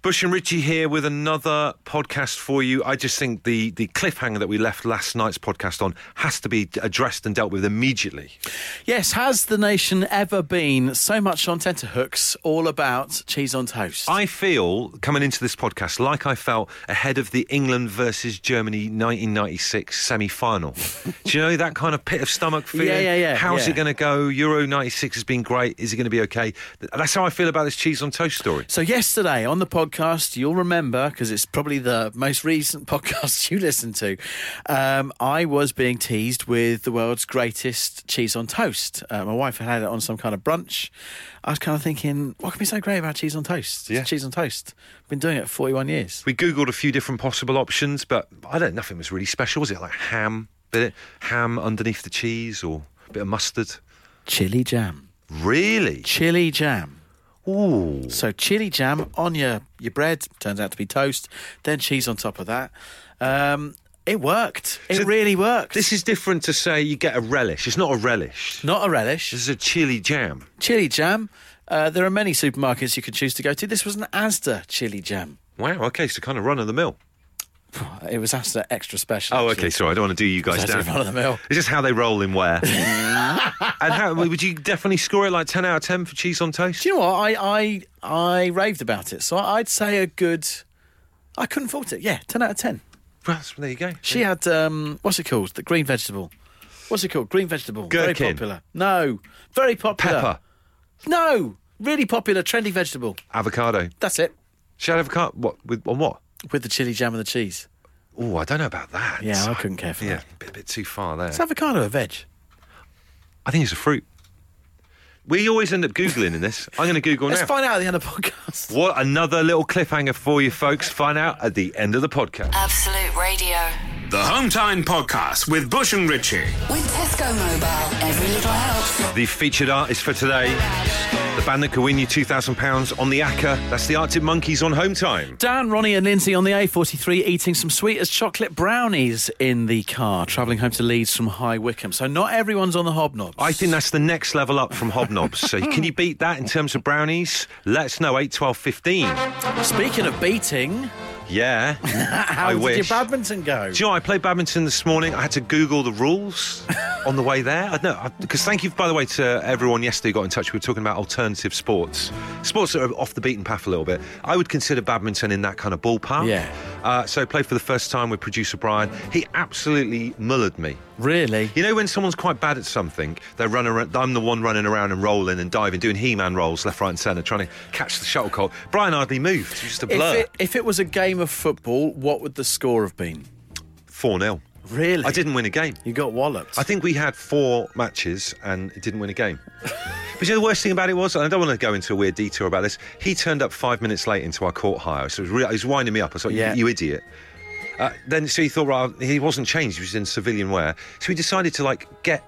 Bush and Richie here with another podcast for you. I just think the, the cliffhanger that we left last night's podcast on has to be addressed and dealt with immediately. Yes, has the nation ever been so much on tenterhooks all about cheese on toast? I feel coming into this podcast like I felt ahead of the England versus Germany 1996 semi final. Do you know that kind of pit of stomach feeling? Yeah, yeah, yeah, How's yeah. it going to go? Euro 96 has been great. Is it going to be okay? Th- That's how I feel about this cheese on toast story. so, yesterday on the podcast, you'll remember because it's probably the most recent podcast you listened to. Um, I was being teased with the world's greatest cheese on toast. Uh, my wife had had it on some kind of brunch. I was kind of thinking, what can be so great about cheese on toast? It's Yeah. cheese on toast. Been doing it for 41 years. We googled a few different possible options, but I don't. Nothing was really special, was it? Like ham, bit of ham underneath the cheese, or a bit of mustard. Chili jam. Really? Chili jam. Ooh. So chili jam on your your bread turns out to be toast, then cheese on top of that. Um, it worked. It So really worked. This is different to say you get a relish. It's not a relish. not a relish. This is a chili jam. Chili jam. Uh, there are many supermarkets you could choose to go to. This was an Asda chili jam. Wow. Okay, so kind of run of the mill. It was Asda extra special. Oh, actually. okay. Sorry, I don't want to do you guys That's down. in front of the mill. It's just how they roll in where. and how would you definitely score it like ten out of ten for cheese on toast? Do you know what? I I I raved about it, so I'd say a good. I couldn't fault it. Yeah, ten out of ten. Well, that's- there you go. She had um, what's it called? The green vegetable. What's it called? Green vegetable. Very Gherkin. popular. No, very popular. Pepper, No, really popular, trendy vegetable. avocado. That's it. She had avocado. What with on what? With the chili jam and the cheese. Oh, I don't know about that. Yeah, I couldn't care for Yeah, that. a bit, bit too far there. Is avocado a veg? I think it's a fruit. We always end up googling in this. I'm going to Google Let's now. find out at the end of the podcast. What another little cliffhanger for you folks. Find out at the end of the podcast. Absolute Radio. The Hometown Podcast with Bush and Ritchie. With Tesco Mobile, every little helps. The featured artist for today, the band that could win you two thousand pounds on the Acker. That's the Arctic Monkeys on Home Time. Dan, Ronnie, and Lindsay on the A43 eating some sweet as chocolate brownies in the car, travelling home to Leeds from High Wycombe. So not everyone's on the hobnobs. I think that's the next level up from Hobnobs. so can you beat that in terms of brownies? Let us know. 8, 12, 15. Speaking of beating, Yeah. how I did wish. your badminton go? Do you know, I played badminton this morning. I had to Google the rules on the way there. I know, because thank you, by the way, to everyone yesterday who got in touch. We were talking about alternative sports, sports that are off the beaten path a little bit. I would consider badminton in that kind of ballpark. Yeah. Uh, so I played for the first time with producer Brian. He absolutely mullered me. Really? You know when someone's quite bad at something, they run around, I'm the one running around and rolling and diving, doing He-Man rolls left, right, and centre, trying to catch the shuttlecock. Brian hardly moved. He was just a If blur. it, if it was a game of football, what would the score have been? Four 0 Really? I didn't win a game. You got walloped. I think we had four matches and it didn't win a game. but you know the worst thing about it was, and I don't want to go into a weird detour about this. He turned up five minutes late into our court hire, so it was really, he was winding me up. I was like, Yeah. "You, you idiot." Uh, then so he thought, right, he wasn't changed. He was in civilian wear, so he decided to like get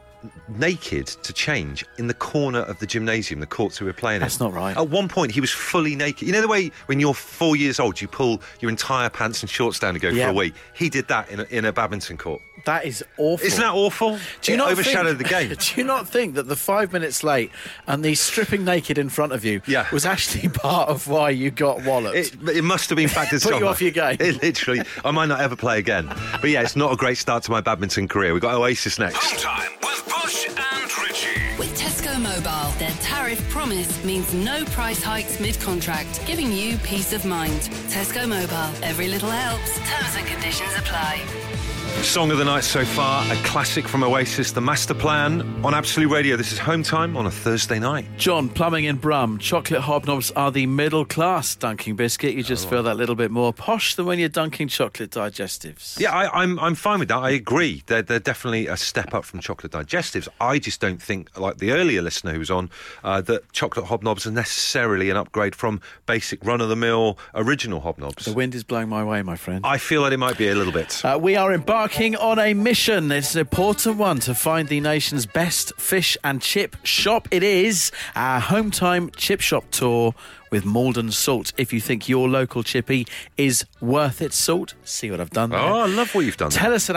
naked to change in the corner of the gymnasium, the courts we were playing That's in. not right. At one point, he was fully naked. You know the way when you're four years old, you pull your entire pants and shorts down to go Yeah. for a wee. He did that in a, in a badminton court. That is awful. Isn't that awful? Do you It not overshadowed think, the game? Do you not think that the five minutes late and the stripping naked in front of you Yeah. was actually part of why you got walloped? It, it must have been factored Put you somewhere. off your game. It literally, I might not ever play again. But yeah, it's not a great start to my badminton career. We've got Oasis next. Hometown with Bush and Ritchie. With Tesco Mobile, their tariff promise means no price hikes mid contract, giving you peace of mind. Tesco Mobile, every little helps. Terms and conditions apply. Song of the night so far, a classic from Oasis, The Master Plan on Absolute Radio. This is home time on a Thursday night. John, plumbing in Brum, chocolate hobnobs are the middle class dunking biscuit. You just feel that little bit more posh than when you're dunking chocolate digestives. Yeah, I, I'm I'm fine with that. I agree. They're they're definitely a step up from chocolate digestives. I just don't think, like the earlier listener who was on, uh, that chocolate hobnobs are necessarily an upgrade from basic run of the mill original hobnobs. The wind is blowing my way, my friend. I feel that it might be a little bit. Uh, we are embarking on a mission. It's an important one to find the nation's best fish and chip shop. It is our Hometime Chip Shop Tour with Malden salt. If you think your local chippy is worth its salt, see what I've done there. Oh, I love what you've done. Tell us at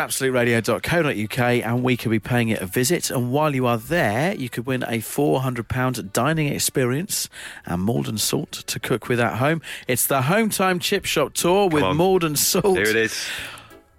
absoluteradio.co.uk and we could be paying it a visit. And while you are there, you could win a £400 dining experience and Malden Salt to cook with at home. It's the Hometime Chip Shop Tour with on. Malden Salt. there it is.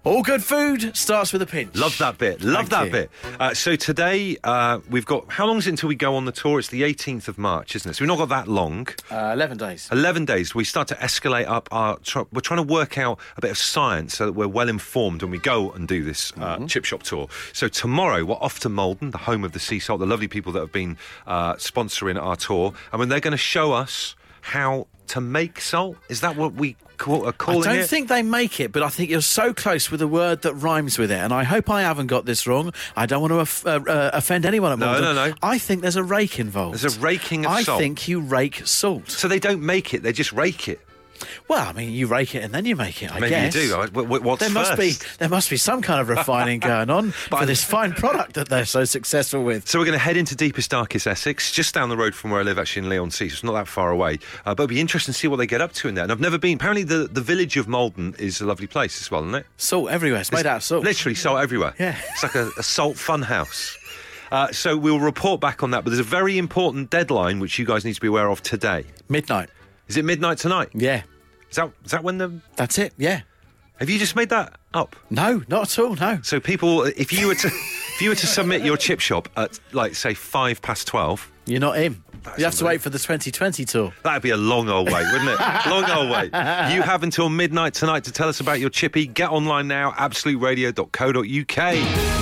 All good food starts with a pinch. Love that bit. Love Thank that you. bit. Uh, so today uh, we've got how long is it until we go on the tour? It's the 18th of March, isn't it? So we've not got that long. Uh, 11 days. 11 days, we start to escalate up our. Tr- we're trying to work out a bit of science so that we're well informed when we go and do this uh, Mm-hmm. chip shop tour. So, tomorrow, we're off to Malden, the home of the sea salt, the lovely people that have been uh, sponsoring our tour. And when they're going to show us how to make salt, is that what we call, are I calling don't it? think they make it, but I think you're so close with a word that rhymes with it. And I hope I haven't got this wrong. I don't want to off- uh, uh, offend anyone at No, Malden. no, no. I think there's a rake involved. There's a raking of I salt. think you rake salt. so, they don't make it, they just rake it. Well, I mean, you rake it and then you make it. I Maybe guess you do. I- wh- wh- What's There must be first? there must be some kind of refining going on by this fine product that they're so successful with. So we're going to head into deepest, darkest Essex, just down the road from where I live, actually in Leon Sea. So it's not that far away. Uh, but it'll be interesting to see what they get up to in there. And I've never been. Apparently, the, the village of Malden is a lovely place as well, isn't it? Salt everywhere. It's made out of salt. Literally salt everywhere. Yeah. It's like a, a salt funhouse. Uh, so we'll report back on that. But there's a very important deadline which you guys need to be aware of today. Midnight. Is it midnight tonight? Yeah. Is that is that when the? That's it. Yeah. Have you just made that up? No, not at all. No. So people, if you were to if you were to submit your chip shop at like say five past twelve. You're not in. You have to wait for the 2020 tour. That'd be a long old wait, wouldn't it? long old wait. You have until midnight tonight to tell us about your chippy. Get online now, absoluteradio.co.uk.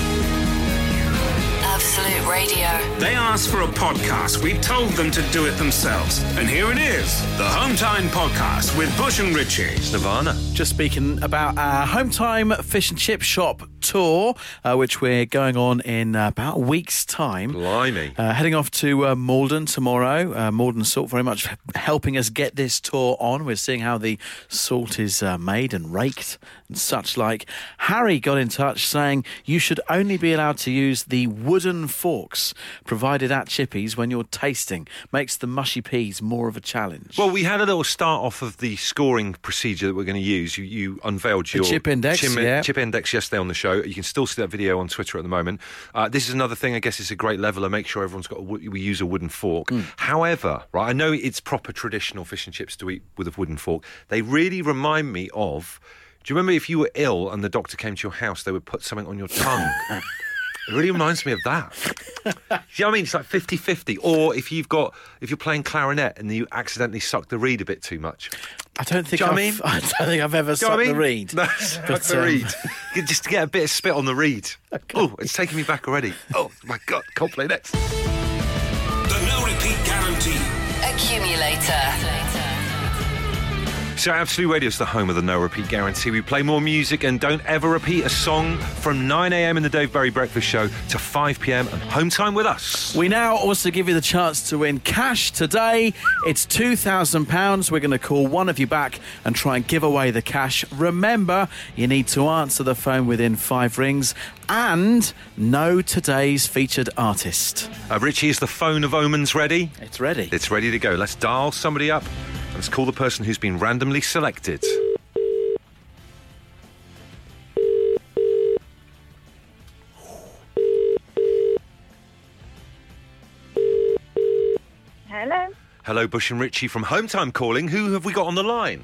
Absolute Radio. They asked for a podcast. We told them to do it themselves. And here it is the Hometown Podcast with Bush and Ritchie. It's Nirvana. Just speaking about our Hometime Fish and Chip Shop tour, uh, which we're going on in uh, about a week's time. Blimey. Uh, heading off to uh, Malden tomorrow. Uh, Malden Salt very much h- helping us get this tour on. We're seeing how the salt is uh, made and raked and such like. Harry got in touch saying you should only be allowed to use the wooden forks provided at Chippies when you're tasting. Makes the mushy peas more of a challenge. Well, we had a little start off of the scoring procedure that we're going to use. You, you unveiled your chip index, chip, yeah. chip index yesterday on the show. You can still see that video on Twitter at the moment. Uh, this is another thing. I guess it's a great leveler. Make sure everyone's got. A, wo- we use a wooden fork. Hmm. However, right, I know it's proper traditional fish and chips to eat with a wooden fork. They really remind me of. Do you remember if you were ill and the doctor came to your house, they would put something on your tongue? It really reminds me of that. Do you know what I mean? It's like 50 50. Or if you've got, if you're playing clarinet and you accididentally suck the reed a bit too much. I don't think Do you know I've, what I mean? I don't think I've ever Do you sucked know what I the mean? reed. No, suck But, the um, reed. You Just to get a bit of spit on the reed. Oh, it's taking me back already. Oh, my God. Can't play next. The no repeat guarantee. Accumulator. So, Absolute Radio is the home of the no repeat guarantee. We play more music and don't ever repeat a song from 9 a.m. in the Dave Berry Breakfast Show to 5 p.m. and home time with us. We now also give you the chance to win cash today. It's £2,000. We're going to call one of you back and try and give away the cash. Remember, you need to answer the phone within five rings and know today's featured artist. Uh, Richie, is the phone of omens ready? It's ready. It's ready to go. Let's dial somebody up. and Let's call the person who's been randomly selected. Hello. Hello, Bush and Richie from Hometime calling. Who have we got on the line?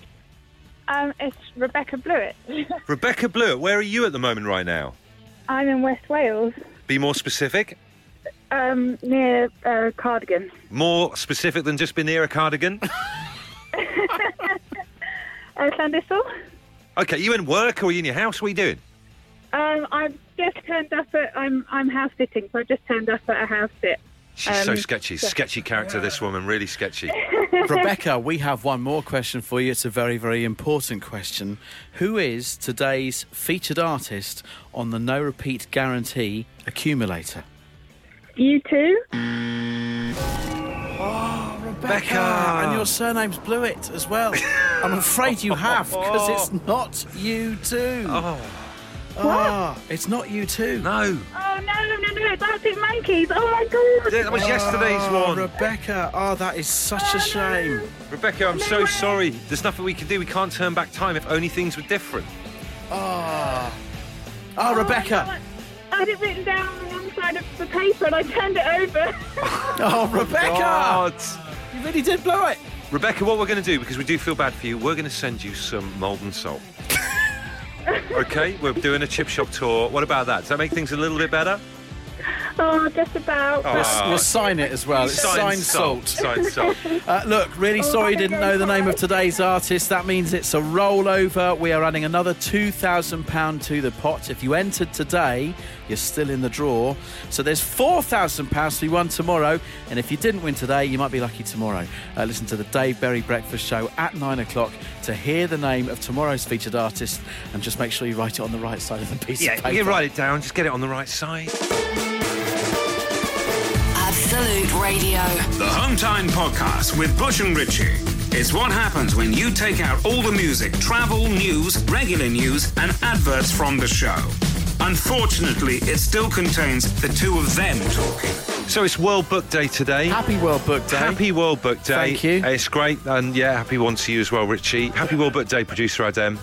Um, it's Rebecca Blewett. Rebecca Blewett, where are you at the moment right now? I'm in West Wales, Be more specific. um, near uh, Cardigan. More specific than just being near a cardigan. Uh, Sandisel. okay, you in work or are you in your house? What are you doing? Um, I've just turned up at. I'm I'm house sitting, so I just turned up at a house sit. She's so Um, sketchy. Sketchy character, this woman. Really sketchy. Rebecca, we have one more question for you. It's a very, very important question. Who is today's featured artist on the No Repeat Guarantee Accumulator? You too. Becca. And your surname's Blewett as well. I'm afraid you have, because it's not you too. Ah, it's not you too. Oh. No, Oh no, no, no! That's it, monkeys. Oh my god. that was yesterday's one. Rebecca. Oh, that is such a shame. Rebecca, I'm so sorry. There's nothing we can do. We can't turn back time. If only things were different. Ah. Oh, Rebecca. I had it written down on the wrong side of the paper, and I turned it over. Oh, Rebecca. God. You really did blow it. Rebecca, what we're going to do, because we do feel bad for you, we're going to send you some molten salt. okay, we're doing a chip shop tour. What about that? Does that make things a little bit better? oh, just about. Oh. We'll, Ah. we'll sign it as well. It's signed salt. Signed salt. Uh, look, really Oh, sorry you my didn't know the name of goodness. today's artist. That means it's a rollover. We are adding another £2,000 to the pot. If you entered today, you're still in the draw. So there's £4,000 to be won tomorrow. And if you didn't win today, you might be lucky tomorrow. Uh, listen to the Dave Berry Breakfast Show at 9 o'clock to hear the name of tomorrow's featured artist. And just make sure you write it on the right side of the piece of yeah, paper. you can write it down. Just get it on the right side. Absolute Radio. The Hometown Podcast with Bush and Ritchie. It's what happens when you take out all the music, travel, news, regular news, and adverts from the show. Unfortunately, it still contains the two of them talking. So it's World Book Day today. Happy World Book Day. Happy World Book Day. Uh, Thank you. It's great. And yeah, happy one to you as well, Richie. Happy World Book Day, producer Adem.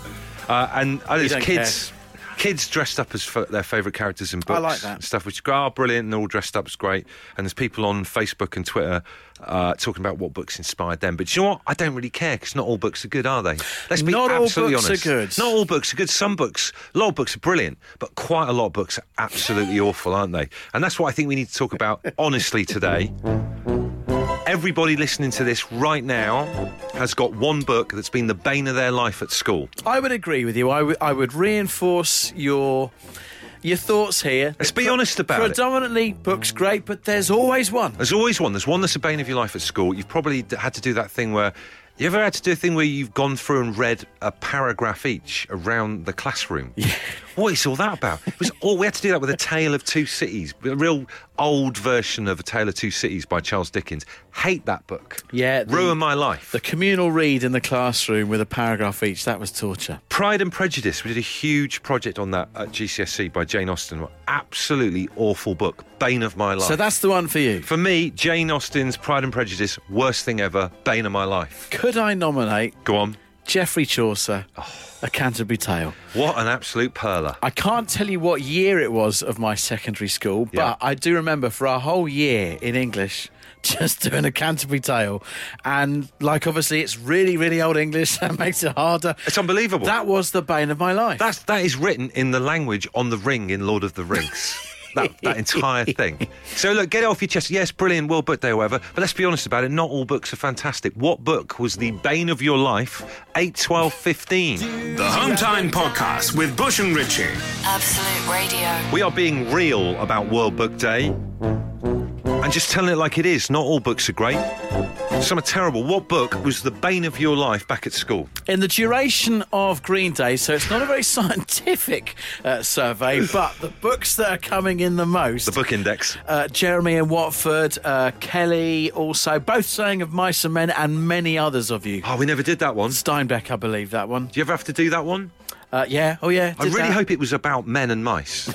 Uh, and uh, there's don't kids. Kids dressed up as f- their favourite characters in books I like that. and stuff, which is great. Oh, brilliant. And they're all dressed up. It's great. And there's people on Facebook and Twitter uh, talking about what books inspired them. But do you know what? I don't really care because not all books are good, are they? Let's be Not all absolutely books are honest. good. Not all books are good. Some books, a lot of books are brilliant, but quite a lot of books are absolutely awful, aren't they? And that's what I think we need to talk about honestly today. Everybody listening to this right now has got one book that's been the bane of their life at school. I would agree with you. I would- I would reinforce your your thoughts here. Let's be honest about it. Predominantly, books great, but there's always one. There's always one. There's one that's a bane of your life at school. You've probably d- had to do that thing where you ever had to do a thing where you've gone through and read a paragraph each around the classroom. What is all that about? It was all we had to do that with a Tale of Two Cities, a real old version of a Tale of Two Cities by Charles Dickens. Hate that book. Yeah, the- ruin my life. The communal read in the classroom with a paragraph each, that was torture. Pride and Prejudice. We did a huge project on that at GCSE E by Jane Austen. Absolutely awful book. Bane of my life. So that's the one for you. for me, Jane Austen's Pride and Prejudice, worst thing ever, bane of my life. Could I nominate Go on. Geoffrey Chaucer, A Canterbury Tale? What an absolute perler. I can't tell you what year it was of my secondary school, Yeah. but I do remember for a whole year in English just doing a Canterbury Tale. And, like, obviously, it's really, really old English. That makes it harder. It's unbelievable. That was the bane of my life. That's that is written in the language on the ring in Lord of the Rings. that, that entire thing. So look, get it off your chest. Yes, brilliant World Book Day, or whatever. But let's be honest about it. Not all books are fantastic. What book was the bane of your life? 8, 12, 15. The Hometown Podcast with Bush and Ritchie. Absolute Radio. We are being real about World Book Day. And just telling it like it is. Not all books are great. Some are terrible. What book was the bane of your life back at school? in the duration of Green Day, so it's not a very scientific uh, survey, but the books that are coming in the most. The book index. uh, Jeremy and Watford, uh, Kelly also, both saying of Mice and Men, and many others of you. Oh, we never did that one. Do Steinbeck, I believe, that one. you ever have to do that one? Uh, yeah, oh yeah. I did really that. hope it was about men and mice.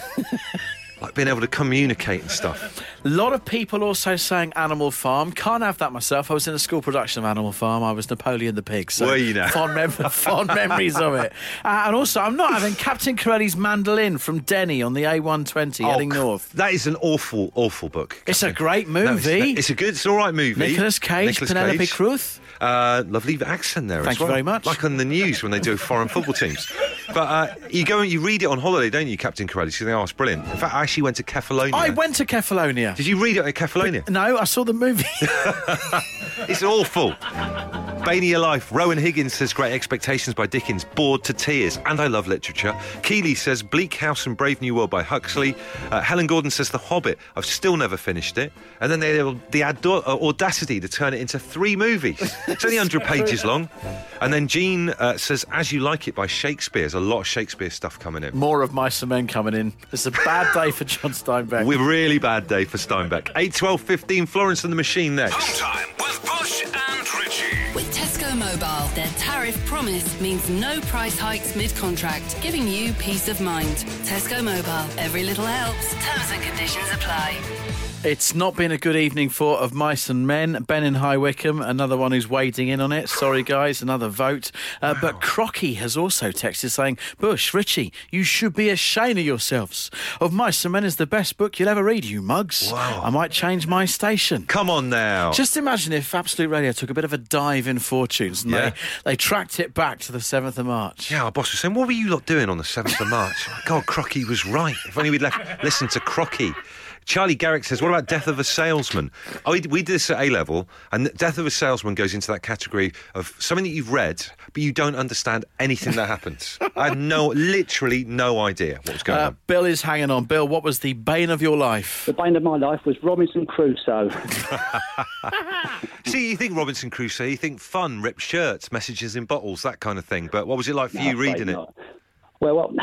like being able to communicate and stuff. A lot of people also saying Animal Farm. Can't have that myself. I was in a school production of Animal Farm. I was Napoleon the Pig. So Were you now? Fond, mem- fond memories of it. Uh, and also, I'm not having Captain Corelli's Mandolin from Denny on the A120 heading Oh, c- north. That is an awful, awful book. It's a great No, it's- movie. it's, a good, it's an all right movie. Nicholas Cage, Nicolas Penelope Cage. Cruz. Uh, lovely accent there. Thank as you well. very much. Like on the news when they do foreign football teams. But uh, you go and you read it on holiday, don't you, Captain Corelli? So you think, oh, it's brilliant. In fact, I actually went to Kefalonia. I went to Kefalonia. Did you read it at Kefalonia? No, I saw the movie. It's awful. Bane of your life. Rowan Higgins says Great Expectations by Dickens, bored to tears, and I love literature. Keeley says Bleak House and Brave New World by Huxley. Uh, Helen Gordon says The Hobbit. I've still never finished it. And then they have the ado- uh, audacity to turn it into three movies. It's only 100 pages long. And then Jean uh, says As You Like It by Shakespeare. There's a lot of Shakespeare stuff coming in. More of Mice and Men coming in. It's a bad day for John Steinbeck. We're really bad day for Steinbeck. 8, 12, 15, Florence and the Machine next. Hometown with Bush and Ritchie. With Tesco Mobile. Mobile. Their tariff promise means no price hikes mid contract, giving you peace of mind. Tesco Mobile. Every little helps. Terms and conditions apply. It's not been a good evening for Of Mice and Men. Ben in High Wycombe, another one who's wading in on it. Sorry, guys, another vote. Uh, But Crocky has also texted saying, Bush, Richie, you should be ashamed of yourselves. Of Mice and Men is the best book you'll ever read, you mugs. Wow. I might change my station. Come on now. Just imagine if Absolute Radio took a bit of a dive in fortunes and Yeah. they, they tracked it back to the 7th of March. yeah, our boss was saying, What were you lot doing on the 7th of March? God, Crocky was right. If only we'd left, listened to Crocky. Charlie Garrick says, What about Death of a Salesman? Oh, we, we did this at A level, and Death of a Salesman goes into that category of something that you've read, but you don't understand anything that happens. I had no, literally no idea what was going Uh, on. Bill is hanging on. Bill, what was the bane of your life? The bane of my life was Robinson Crusoe. See, you think Robinson Crusoe, you think fun, ripped shirts, messages in bottles, that kind of thing. But what was it like for you I'm afraid reading it? not. Well, well,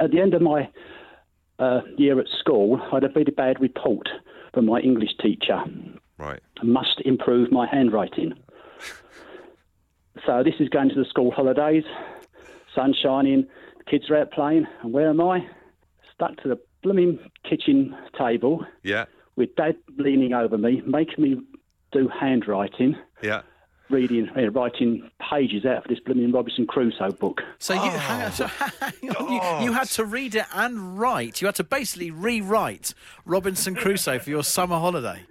at the end of my uh, year at school, I had a pretty bad report from my English teacher. Right. Must improve my handwriting. so this is going to the school holidays, sun shining, kids are out playing, and where am I? Stuck to the blooming kitchen table Yeah. with Dad leaning over me, making me do handwriting, Yeah. reading, uh, writing pages out of this blooming Robinson Crusoe book. So you, hang Oh. on, so hang on, you, you had to read it and write. You had to basically rewrite Robinson Crusoe for your summer holiday.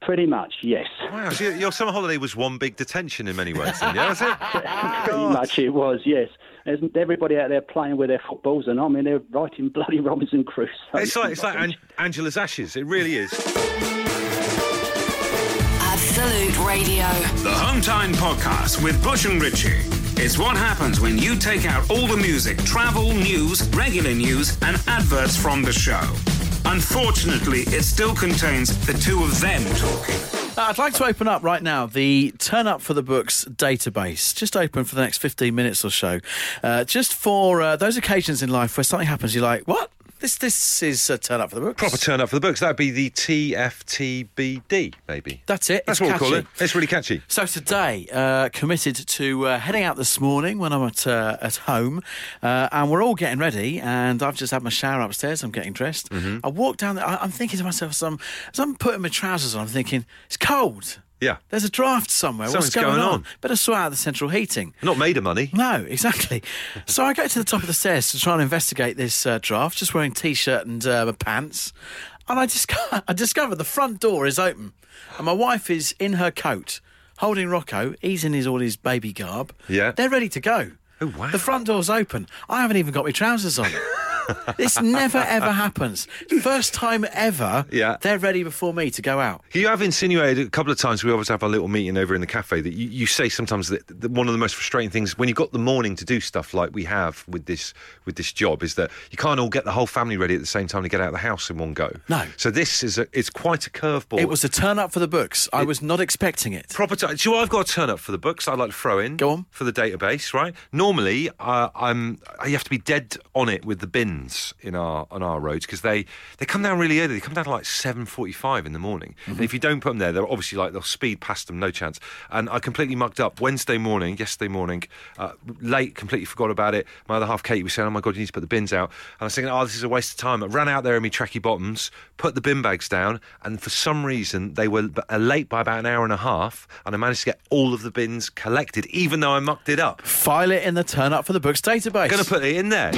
Pretty much, yes. Wow. So your, your summer holiday was one big detention in many ways, then, yeah, was it? Pretty much it was, yes. There's everybody out there playing with their footballs, and I mean, they're writing bloody Robinson Crusoe. It's like it's like An- Angela's ashes. It really is. Absolute Radio. The Hometown Podcast with Bush and Ritchie. It's what happens when you take out all the music, travel, news, regular news, and adverts from the show. Unfortunately, it still contains the two of them talking. Uh, I'd like to open up right now the Turn Up for the Books database, just open for the next 15 minutes or so, uh, just for uh, those occasions in life where something happens, you're like, what? This this is a Turn Up for the Books. Proper turn up for the books. That'd be the TFTBD, maybe. That's it. That's It's what we call it. catchy. It's really catchy. So today, uh, committed to uh, heading out this morning when I'm at uh, at home, uh, and we're all getting ready. And I've just had my shower upstairs. I'm getting dressed. Mm-hmm. I walk down. The, I, I'm thinking to myself, as I'm, as I'm putting my trousers on, I'm thinking it's cold. Yeah. There's a draft somewhere. What's Something's going on. Better sort out the central heating. Not made of money. No, exactly. So I go to the top of the stairs to try and investigate this uh, draft, just wearing t-shirt and uh, my pants, and I discover I discover the front door is open, and my wife is in her coat, holding Rocco. He's in his all his baby garb. Yeah. they're ready to go. Oh, wow. The front door's open. I haven't even got my trousers on. this never ever happens. First time ever. Yeah. they're ready before me to go out. You have insinuated a couple of times. We always have our little meeting over in the cafe. That you, you say sometimes that, that one of the most frustrating things when you've got the morning to do stuff like we have with this with this job is that you can't all get the whole family ready at the same time to get out of the house in one go. No. So this is a it's quite a curveball. It was a turn up for the books. I was not expecting it. proper time. Do you know, I've got a turn up for the books I'd like to throw in. Go on. For the database, right? Normally, uh, I'm you have to be dead on it with the bins in our on our roads because they they come down really early. They come down to like seven forty five in the morning, Mm-hmm. and if you don't put them there, they're obviously like they'll speed past them, no chance. And I completely mucked up Wednesday morning, yesterday morning, uh, late, completely forgot about it. My other half, Katie, was saying, "Oh my god, you need to put the bins out," and I was thinking, "Oh, this is a waste of time." I ran out there in my tracky bottoms, put the bin bags down, and for some reason they were b- uh, late by about an hour and a half, and I managed to get all of the bins collected, even though I mucked it up. File it in the turn up for the books database. Going to put it in there.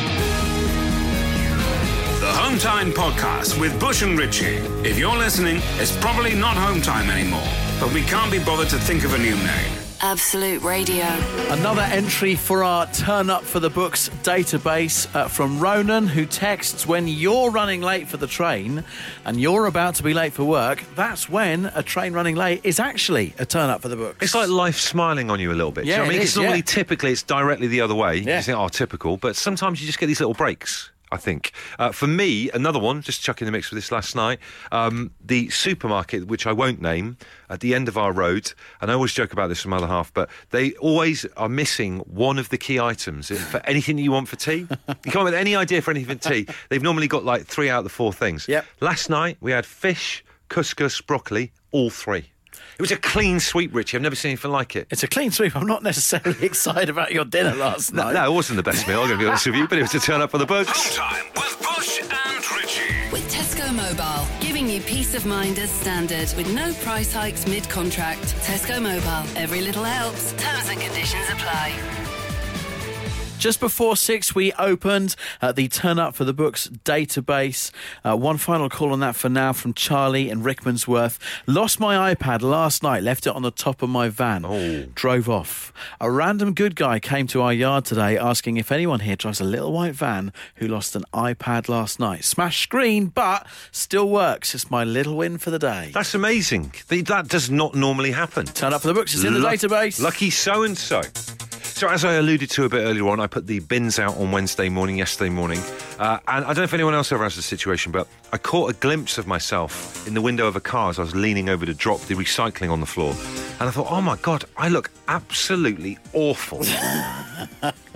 The Hometown Podcast with Bush and Ritchie. If you're listening, it's probably not Hometown anymore, but we can't be bothered to think of a new name. Absolute Radio. Another entry for our Turn Up for the Books database uh, from Ronan, who texts When you're running late for the train and you're about to be late for work, that's when a train running late is actually a turn up for the books. It's like life smiling on you a little bit. Do you Yeah, know what I it mean? is, It's normally yeah. typically it's directly the other way. Yeah. You think, oh, typical. But sometimes you just get these little breaks. I think. Uh, for me, another one, just chucking the mix with this last night, um, the supermarket, which I won't name, at the end of our road, and I always joke about this from my other half, but they always are missing one of the key items for anything you want for tea. You can't with any idea for anything for tea. They've normally got like three out of the four things. Yep. Last night, we had fish, couscous, broccoli, all three. It was a clean sweep, Richie. I've never seen anything like it. It's a clean sweep. I'm not necessarily excited about your dinner last No, night. no, it wasn't the best meal, I'm going to be honest with you, but it was a turn up for the books. Time with Bush and Richie. With Tesco Mobile, giving you peace of mind as standard with no price hikes mid contract. Tesco Mobile, every little helps. Terms and conditions apply. Just before six, we opened uh, the Turn Up for the Books database. Uh, one final call on that for now from Charlie and Rickmansworth. Lost my iPad last night, left it on the top of my van, Oh. drove off. A random good guy came to our yard today asking if anyone here drives a little white van who lost an iPad last night. Smashed screen, but still works. It's my little win for the day. That's amazing. Th- That does not normally happen. Turn Up for the Books is in the Luck- database. Lucky so and so. So, as I alluded to a bit earlier on, I put the bins out on Wednesday morning, yesterday morning. Uh, and I don't know if anyone else ever has the situation, but I caught a glimpse of myself in the window of a car as I was leaning over to drop the recycling on the floor. And I thought, oh my God, I look absolutely awful. Do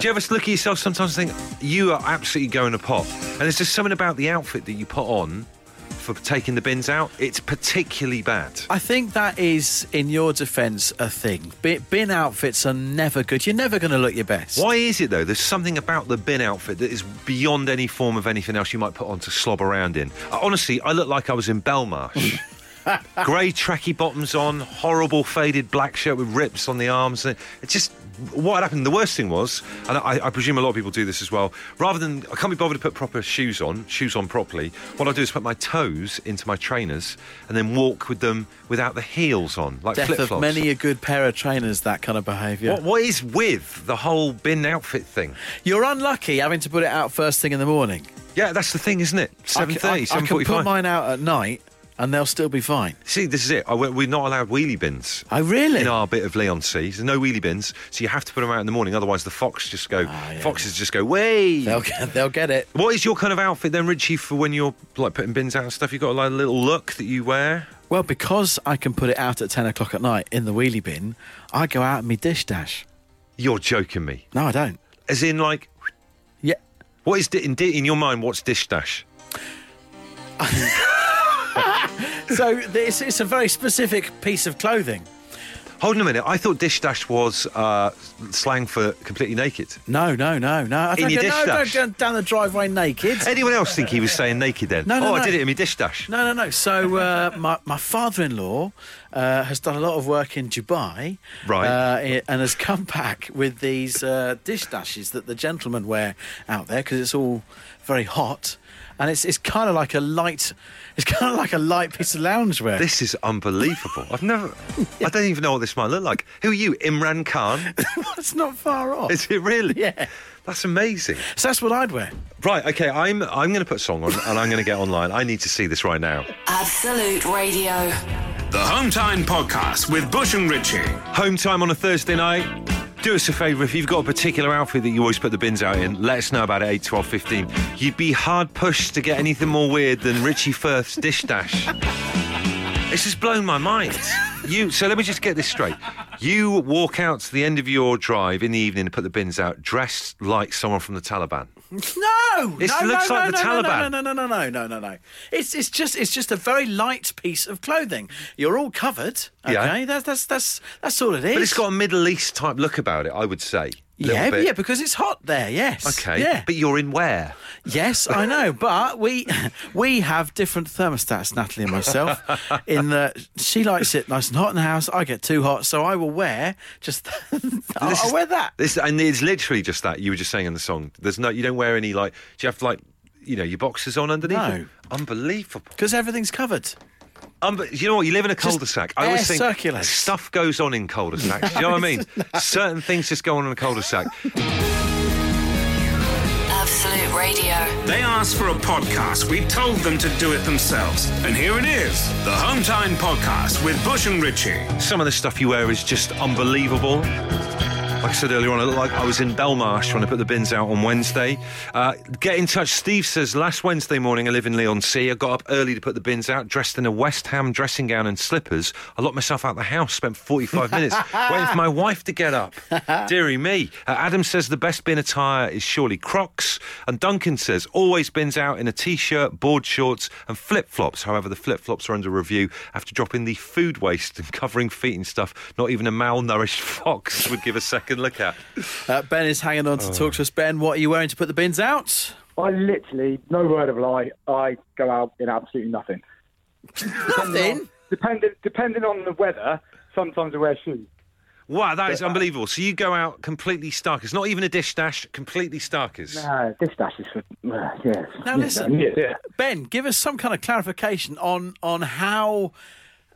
you ever look at yourself sometimes and think, you are absolutely going to pop? And there's just something about the outfit that you put on for taking the bins out, it's particularly bad. I think that is, in your defence, a thing. Bi- Bin outfits are never good. You're never going to look your best. Why is it though? There's something about the bin outfit that is beyond any form of anything else you might put on to slob around in. Uh, Honestly, I look like I was in Belmarsh. Grey tracky bottoms on, horrible faded black shirt with rips on the arms. and It just what happened. The worst thing was, and I, I presume a lot of people do this as well. Rather than I can't be bothered to put proper shoes on, shoes on properly. What I do is put my toes into my trainers and then walk with them without the heels on, like Death flip flops. of many a good pair of trainers, that kind of behaviour. What, what is with the whole bin outfit thing? You're unlucky having to put it out first thing in the morning. Yeah, that's the thing, isn't it? I c- 7.30, I, I can 7.45. put mine out at night and they'll still be fine. See, this is it. I, we're not allowed wheelie bins. I really? In our bit of Leon C, there's no wheelie bins, so you have to put them out in the morning. Otherwise, the fox just go. Ah, yeah. Foxes just go way. They'll get, they'll get it. What is your kind of outfit then, Richie, for when you're like putting bins out and stuff? You got like a little look that you wear. Well, because I can put it out at 10 o'clock at night in the wheelie bin, I go out in me dish dash. You're joking me. No, I don't. As in, like, Yeah. what is di- in, di- in your mind? What's dish dash? So this, it's a very specific piece of clothing. Hold on a minute. I thought dish dash was uh, slang for completely naked. No, no, no, no. I In don't your go, dish no, dash? don't go down the driveway naked. Anyone else think he was saying naked then? No, no, oh, I no. did it in my dish dash. No, no, no. So uh, my my father-in-law uh, has done a lot of work in Dubai, Right. Uh, i- and has come back with these uh, dish dashes that the gentlemen wear out there because it's all very hot, and it's it's kind of like a light, it's kind of like a light piece of loungewear. This is unbelievable. I've never. I don't even know what this might look like. Who are you, Imran Khan? it's not far off. Is it really? Yeah. That's amazing. so that's what I'd wear. Right. Okay. I'm. I'm going to put a song on, and I'm going to get online. I need to see this right now. Absolute Radio. The Hometown Podcast with Bush and Richie. Home time on a Thursday night. Do us a favour if you've got a particular outfit that you always put the bins out in, let us know about it 8, 12, 15. You'd be hard pushed to get anything more weird than Richie Firth's dish dash. This has blown my mind. You so let me just get this straight. You walk out to the end of your drive in the evening and put the bins out, dressed like someone from the Taliban. No, This no, looks no, like no, the no, Taliban. No, no, no, no, no, no, no, no. It's it's just it's just a very light piece of clothing. You're all covered. Okay, Yeah. that's that's that's that's all it is. But it's got a Middle East type look about it, I would say. Little yeah, bit. yeah, because it's hot there. Yes. Okay. Yeah. But you're in wear. yes, I know. But we we have different thermostats, Natalie and myself. in that she likes it nice and hot in the house. I get too hot, so I will wear just. I'll, This I'll is- wear that. This and it's literally just that you were just saying in the song. There's no, you don't wear any like. Do you have like, you know, your boxes on underneath? No. it? unbelievable. Because everything's covered. Um, but you know what? You live in a cul-de-sac. I air always think circulates. stuff goes on in cul-de-sacs. Do you know what I mean? Certain things just go on in a cul-de-sac. Absolute Radio. They asked for a podcast. We told them to do it themselves. And here it is The Hometown Podcast with Bush and Richie. Some of the stuff you wear is just unbelievable. Like I said earlier on, I look like I was in Belmarsh when I put the bins out on Wednesday. Uh, get in touch. Steve says, last Wednesday morning I live in Leon C. I got up early to put the bins out, dressed in a West Ham dressing gown and slippers. I locked myself out the house, spent 45 minutes waiting for my wife to get up. Deary me. Uh, Adam says, the best bin attire is surely Crocs. And Duncan says, always bins out in a t shirt, board shorts, and flip flops. However, the flip flops are under review after dropping the food waste and covering feet and stuff. Not even a malnourished fox would give a second look at. Uh, ben is hanging on to Oh. talk to us. Ben, what are you wearing to put the bins out? I literally, no word of a lie, I go out in absolutely nothing. Nothing. Depending, depending on the weather, sometimes I wear shoes. Wow, that is unbelievable. So you go out completely starkers, not even a dish dash, completely starkers. Uh, this dash is for, uh, yes. Now Yeah, listen. yeah, yeah. Ben, give us some kind of clarification on on how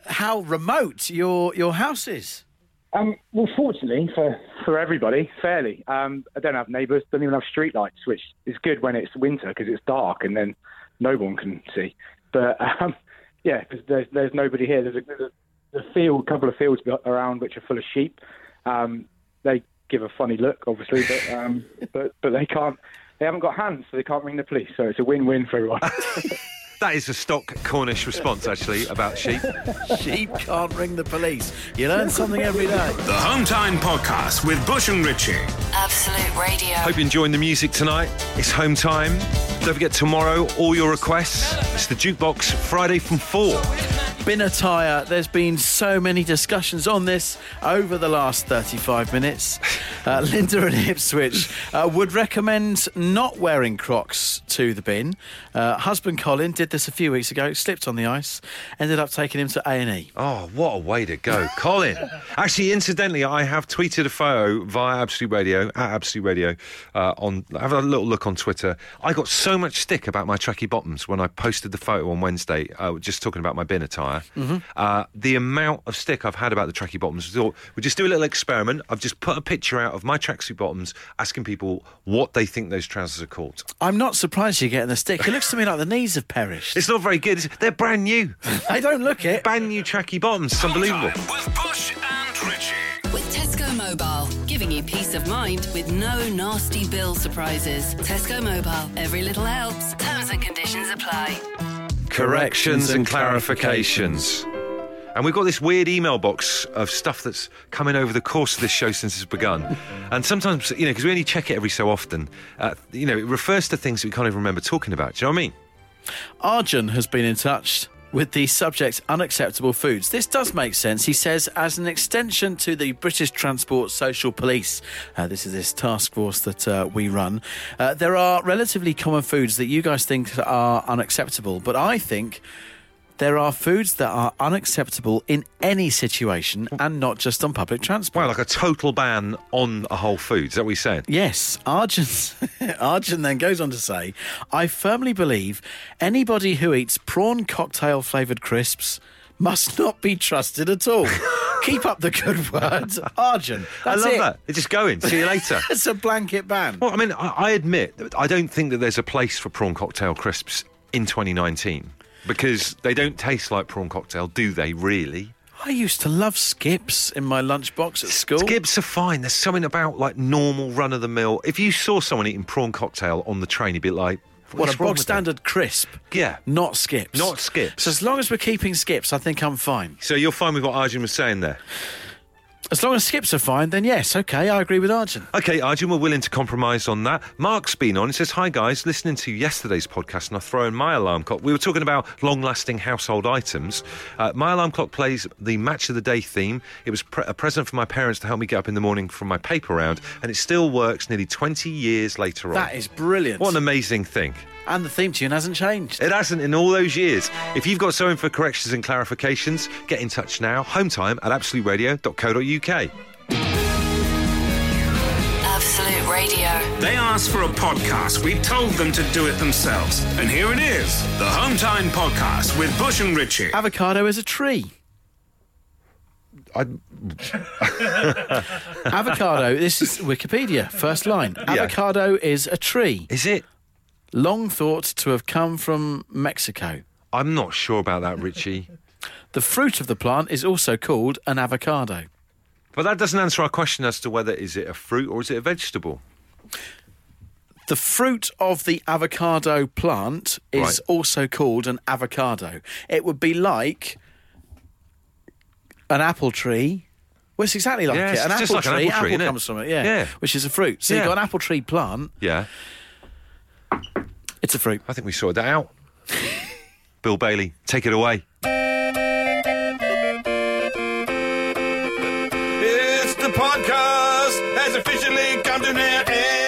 how remote your your house is. Um, well, fortunately for, for everybody, fairly. Um, I don't have neighbours, don't even have streetlights, which is good when it's winter because it's dark and then no one can see. But um, yeah, 'cause there's, there's nobody here. There's a, there's a field, couple of fields be- around which are full of sheep. Um, they give a funny look, obviously, but, um, but but they can't. They haven't got hands, so they can't ring the police. So it's a win-win for everyone. That is a stock Cornish response, actually, about sheep. Sheep can't ring the police. You learn something every day. The Hometown Podcast with Bush and Ritchie. Absolute Radio. Hope you're enjoying the music tonight. It's home time. Don't forget tomorrow, all your requests. It's the jukebox Friday from four. Bin attire. There's been so many discussions on this over the last 35 minutes. Uh, Linda and Ipswich uh, would recommend not wearing Crocs to the bin. Uh, husband Colin did this a few weeks ago. Slipped on the ice, ended up taking him to A and E. Oh, what a way to go, Colin. Actually, incidentally, I have tweeted a photo via Absolute Radio, at Absolute Radio, uh, on, have a little look on Twitter. I got so much stick about my tracky bottoms when I posted the photo on Wednesday, uh, just talking about my bin attire. Uh, the amount of stick I've had about the tracky bottoms, I thought, we'll just do a little experiment. I've just put a picture out of my tracksuit bottoms, asking people what they think those trousers are called. I'm not surprised you're getting the stick. It looks to me like the knees have perished. It's not very good. It's- They're brand new. They don't look it. brand new tracky bottoms. It's unbelievable. Hometown with Bush and Ritchie. With Tesco Mobile, giving you peace of mind with no nasty bill surprises. Tesco Mobile, every little helps. Terms and conditions apply. corrections and clarifications. And we've got this weird email box of stuff that's coming over the course of this show since it's begun. and sometimes, you know, because we only check it every so often, uh, you know, it refers to things that we can't even remember talking about. Do you know what I mean? Arjun has been in touch with the subject unacceptable foods. This does make sense, he says, as an extension to the British Transport Social Police. Uh, this is this task force that uh, we run. Uh, there are relatively common foods that you guys think are unacceptable, but I think. There are foods that are unacceptable in any situation and not just on public transport. Wow, like a total ban on a Whole Foods. Is that what you're saying? Yes, Arjun. Arjun then goes on to say, "I firmly believe anybody who eats prawn cocktail flavored crisps must not be trusted at all. Keep up the good word, Arjun. That's I love it. that. It's just going. See you later. It's a blanket ban. well, I mean, I, I admit that I don't think that there's a place for prawn cocktail crisps in 2019 because they don't taste like prawn cocktail, do they, really? I used to love skips in my lunchbox at school. Skips are fine. There's something about like normal run of the mill. If you saw someone eating prawn cocktail on the train, you'd be like, What "What's a wrong bog with standard crisp. them?" Yeah. Not skips. Not skips. So as long as we're keeping skips, I think I'm fine. So you're fine with what Arjun was saying there. As long as skips are fine, then yes, okay, I agree with Arjun. Okay, Arjun, we're willing to compromise on that. Mark's been on. He says, Hi, guys. Listening to yesterday's podcast, and I throw in my alarm clock. We were talking about long lasting household items. Uh, my alarm clock plays the match of the day theme. It was pre- a present for my parents to help me get up in the morning from my paper round, and it still works nearly 20 years later on. That is brilliant. What an amazing thing. And the theme tune hasn't changed. It hasn't in all those years. If you've got something for corrections and clarifications, get in touch now. Hometime at absoluteradio.co.uk. Absolute Radio. They asked for a podcast. We told them to do it themselves. And here it is The Hometown Podcast with Bush and Ritchie. Avocado is a tree. I, Avocado, this is Wikipedia, first line. Avocado is a tree, is it? long thought to have come from Mexico. I'm not sure about that, Richie. The fruit of the plant is also called an avocado. But that doesn't answer our question as to whether is it a fruit or is it a vegetable. The fruit of the avocado plant is Right. also called an avocado. It would be like an apple tree. Well, it's exactly like Yeah, it. it's An just apple like an tree. apple tree, isn't it? comes from it, yeah, Yeah. Which is a fruit. So Yeah. you've got an apple tree plant. Yeah, It's a fruit. I think we sorted that out. Bill Bailey, take it away. It's the podcast has officially come to an end.